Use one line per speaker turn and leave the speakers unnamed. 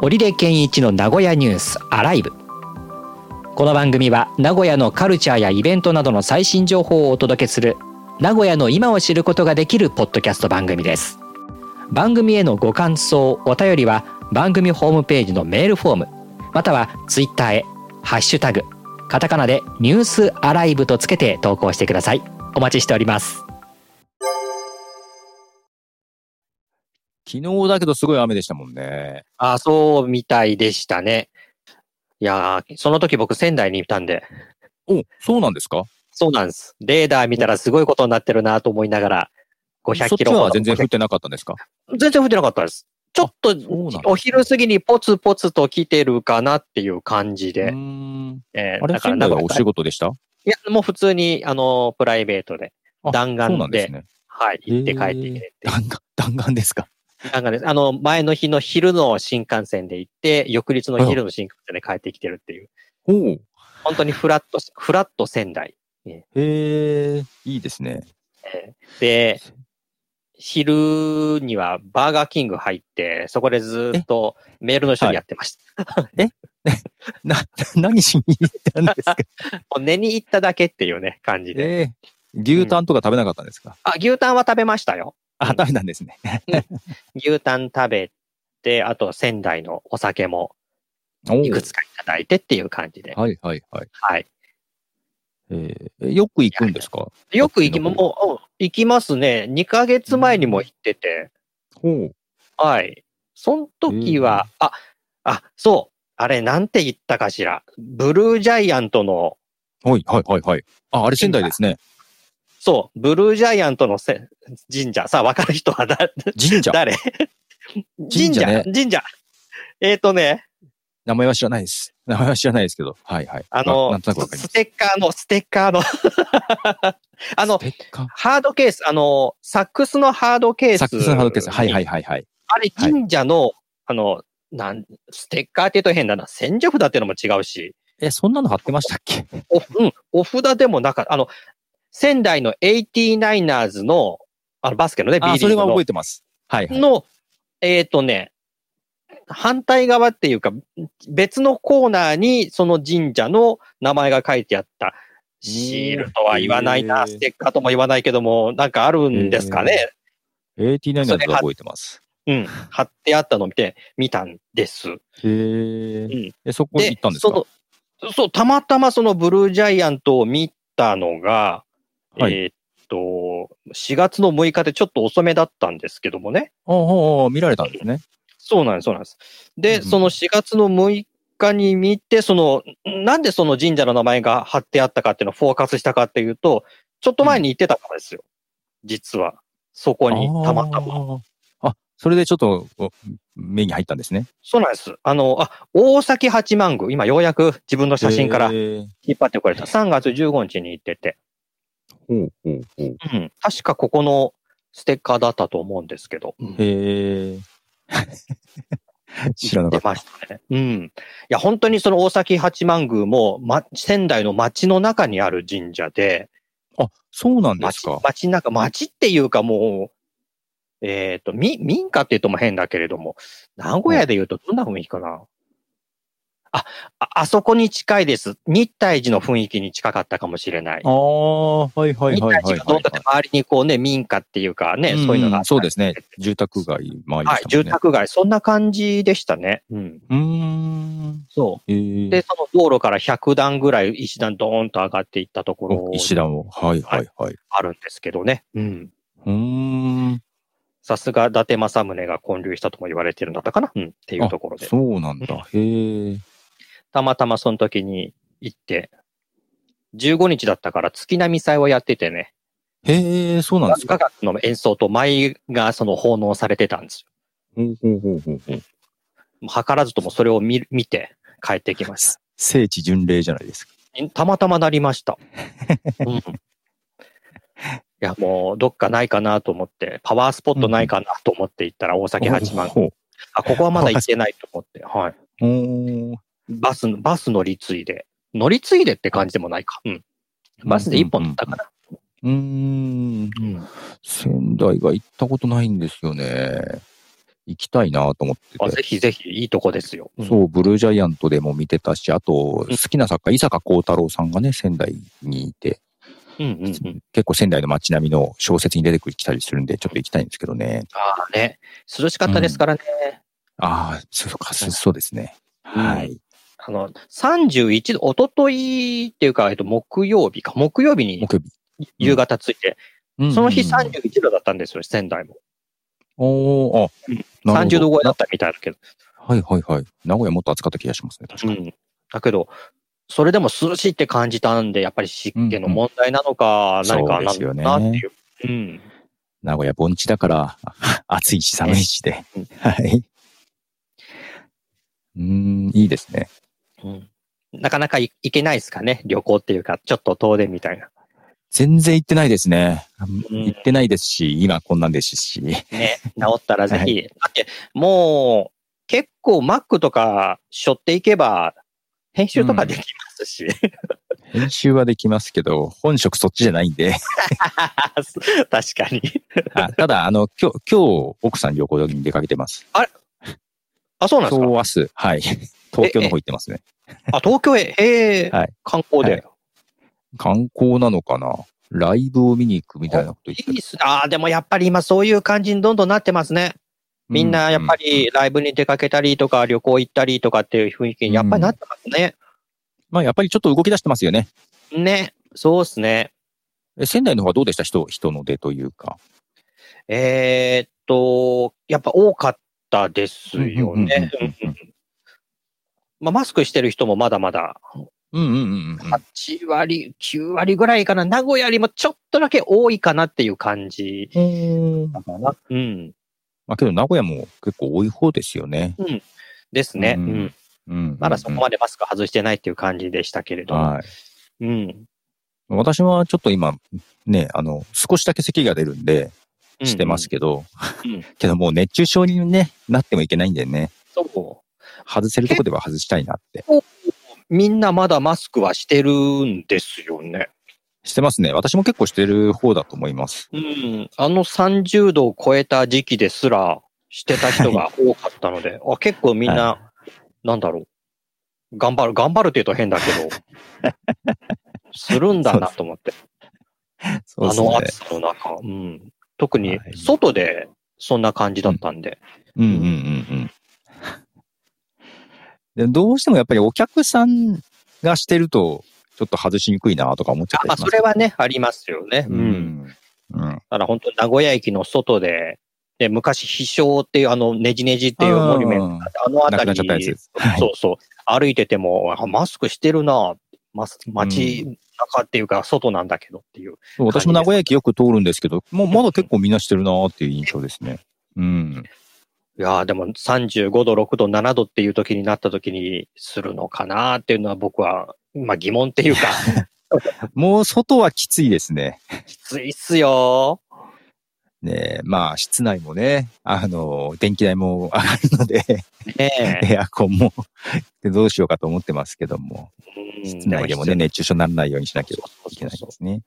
織出健一の名古屋ニュースアライブこの番組は名古屋のカルチャーやイベントなどの最新情報をお届けする名古屋の今を知ることができるポッドキャスト番組です番組へのご感想お便りは番組ホームページのメールフォームまたはツイッターへハッシュタグカタカナでニュースアライブとつけて投稿してくださいお待ちしております
昨日だけどすごい雨でしたもんね。
あそうみたいでしたねいやーその時僕仙台にいたんで
お、そうなんですか
そうなんですレーダー見たらすごいことになってるなと思いながら500
そっち
キロほ
は
ど
全然降ってなかったんですか
全然降ってなかったですちょっと
そうなんだ
お昼過ぎにポツポツと来てるかなっていう感じ
う
で、
ーん
えー
あれ、
だから
仙
名
台は
古
お
屋
仕事でした
いや、もう普通に、あの、プライベートで、
あ
弾
そう
丸
なん
で、
ですね。
はい、行って帰ってきてっていう
弾 丸、弾丸ですか
弾丸です。あの、前の日の昼の新幹線で行って、翌日の昼の新幹線で帰ってきてるっていう、
おう
本当にフラット、フラット仙台。
へえ、いいですね。
えーで、昼にはバーガーキング入って、そこでずっとメールの人にやってました。
な、何しに行ったんですか
もう寝に行っただけって いうね、感じ
え
で。
え牛タンとか食べなかったんですか、
あ、牛タンは食べましたよ。
あ、食べたんですね。
牛タン食べて、あと仙台のお酒も
おう
いくつかいただいてっていう感じで。
はいはいはい。
はい。
ええよく行くんですか
よく行き、
こっちの
もう、うん行きますね。2ヶ月前にも行ってて。
ほう。
はい。その時は、あ、あ、そう。あれ、なんて言ったかしら。ブルージャイアントの、
はいはいはいはい。あ、あれ仙台ですね。
そう、ブルージャイアントのせ神社。さあ、わかる人はだ
神社。
誰神
神社
社
ね
神社。えっ、とね、
名前は知らないです。名前は知らないですけど。はいはい。
あ
な
の
ん、となくわかりま
ス
す。
テッカーの、ステッカ ーの。あの、
ステッカー
ハードケース、あの、サックスのハードケース。。
サックスのハードケース。はいはいいはいはい。
あれ、神社の、あの、なん、ステッカーって言うと変だな。千社札っていうのも違うし、
え、そんなの貼ってましたっけ
お、うん、お札でもなかった。あの、仙台の 89ers の、あの、バスケのね、B リ
あ、
ー
それ
グ
は
の
覚えてます。はい、はい。
の、えっ、とね、反対側っていうか、別のコーナーにその神社の名前が書いてあった。シールとは言わない
へ
な、
ー
ステッカーとも言わないけども、なんかあるんですかね。
89のやつ
そ
は
れ貼っ
覚えてます。
うん、貼ってあったのを見て、見たんです。
へ
ん
え。え、そこ行ったんですか
そのそう、たまたまそのブルージャイアントを見たのが、
はい
えーっと、4月の6日でちょっと遅めだったんですけどもね。
ああああ、見られたんですね。
そうなんです、そうなんです。
う
で、
ん
その4月の6日に見て、その、なんでその神社の名前が貼ってあったかっていうのをフォーカスしたかっていうと、ちょっと前に行ってたからですよ。実は。そこにたまたま。
ま。あ、それでちょっとお目に入ったんですね。
そうなんです。あの、あ、大崎八幡宮、今ようやく自分の写真から
へー
引っ張ってこれた。3月15日に行ってて。
ほうほうほう。
うん。確かここのステッカーだったと思うんですけど。
へえ。 知らなかっ
出ましたね。うん。いや、本当にその大崎八幡宮も、ま、仙台の町の中にある神社で、
た。あ、そうなんです
町
か。
町の中、町っていうかもう、えっ、と、み、民家って言うとも変だけれども、名古屋で言うとどんな雰囲気かな、あ、あ、あそこに近いです。日体寺の雰囲気に近かったかもしれない。
ああ、はいはい
日
はいは
体
い
寺がど
は
うだって
い。
周りにこうね、民家っていうかね、そう
ん
いうのがあったり
そうですね
してて。
住宅街周りでしたもんね。
はい、住宅街、そんな感じでしたね。うん。
うーん。
そ
え
う。
ー、
で、その道路から100段ぐらい石段ドーンと上がっていったところ
お石段を。はいはいはい。
あるんですけどね。うん。
うーん。
さすが伊達政宗が建立したとも言われてるんだったかな、うん、っていうところで。
そうなんだ。へえ。
たまたまその時に行って、15日だったから月並み祭をやっててね、
へえ、そうなんです
雅
か。
楽の演奏と舞がその奉納されてたんですよ。
ほうほうほうほうほう
もう図らずともそれを見見て帰ってきました。
聖地巡礼じゃないですか。
たまたまなりま した。うん、いや、もう、どっかないかなと思って、パワースポットないかなと思って行ったら、大崎八幡、
ほう
あ、ここはまだ行ってないと思って、はい。
ほうおー
バス、バス乗り継いで、乗り継いでって感じでもないか。うん。バスで一本乗ったかな。
うーん。
うん。
仙台は行ったことないんですよね。行きたいなと思って
あ
て。
ぜひぜひ、いいとこですよ。うん
そう、ブルージャイアントでも見てたし、あと、好きな作家、伊坂幸太郎さんがね、仙台にいて、
うんうんうん。
結構仙台の街並みの小説に出てきたりするんで、ちょっと行きたいんですけどね。
ああね、涼しかったですからね。
ああ、そうか、そうそうですね。はい。
あの、31度、おとといっていうか、えっと、木曜日か、木曜日に
木曜日。
夕方ついて、
うん
その日
うん
31度だったんですよ、仙台も。
おー、あ、なるほ
30度超えだったみたいだけど。
はいはいはい。名古屋もっと暑かった気がしますね、確
う
か
ん。だけど、それでも涼しいって感じたんで、やっぱり湿気の問題なのか、
うんう
何
ん
かな
そう
の
で
か
すよ
なっ
ね
ていう。うん。
名古屋盆地だから、 あ暑いし寒いしで
うん。
はい。うーん、いいですね。
うんなかなかい行けないですかね、旅行っていうか、ちょっと遠出みたいな。
全然行ってないですね。
うん
行ってないですし、今こんなんですし。
ね、治ったらぜひ。
は
だって、もう、結構 Mac とか背負っていけば、編集とかできますし。
編集はできますけど、本職そっちじゃないんで。
確かに。
あただ、あの、今日、今日、奥さん旅行に出かけてます。
あ、そうなん
今
で
日、
すか
明日、はい。東京の方行ってますね。
あ、東京へ、へえ、
はい
観光で。
観光なのかなライブを見に行くみたいなこと言って
いいっすね。ああ、でもやっぱり今そういう感じにどんどんなってますね。みんなやっぱ
うんうん
りライブに出かけたりとか、旅行行ったりとかっていう雰囲気にやっぱりなってますね。
まあ、やっぱりちょっと動き出してますよね。
ね、そうですね。
え仙台の方はどうでした人、人の出というか。
えーっと、やっぱ多かったですよね。
うんうんうんうん
うんまあ、マスクしてる人もまだまだ
うんうんうんうん。
8割、9割ぐらいかな。名古屋よりもちょっとだけ多いかなっていう感じだかな。うん。
まあけど名古屋も結構多い方ですよね。
ですね。
う
うんん
うんうんうん、
まだそこまでマスク外してないっていう感じでしたけれども。
はい。
うん。
私はちょっと今、ね、あの、少しだけ咳が出るんで、してます
け
けど、
うんうん
けどもう熱中症に、ね、なってもいけないんでね、
ど。そう。
外せるとこでは外したいなって。
みんなまだマスクはしてるんですよね。
してますね。私も結構してる方だと思います。
うん。あの30度を超えた時期ですらしてた人が多かったので、あ結構みんな、なんだろう。頑張る、頑張るって言うと変だけど、 するんだなと思って、
そう
あ
です
の
ね
暑。さの中。うん。特に
はい
外でそんな感じだったんで。
うんうんうんうん。でどうしてもやっぱりお客さんがしてると、ちょっと外しにくいなとか思っちゃった
あま
り
あ、
し
そ
ます
れはね、ありますよね。うん
うん。
だから本当に名古屋駅の外で、で、昔、飛翔っていう、あの、ねじねじっていうモニュメントがあって、あの
なくな
辺
っちゃったやつ
り
で、す。はい
そうそう、歩いてても、あマスクしてるな、マス街中っていうか、外なんだけどっていう。
そう私も名古屋駅よく通るんですけど、もうまだ結構みんなしてるなーっていう印象ですね。うん。
いやーでも35度、6度、7度っていう時になった時にするのかなっていうのは僕は、まあ疑問っていう か、
もう外はきついですね。
きついっすよ
ねえまあ室内もね、あの、電気代も上がるの で、
ー。ね
エアコンもでどうしようかと思ってますけども、
え。
室内でもね、熱中症にならないようにしなきゃいけないですね。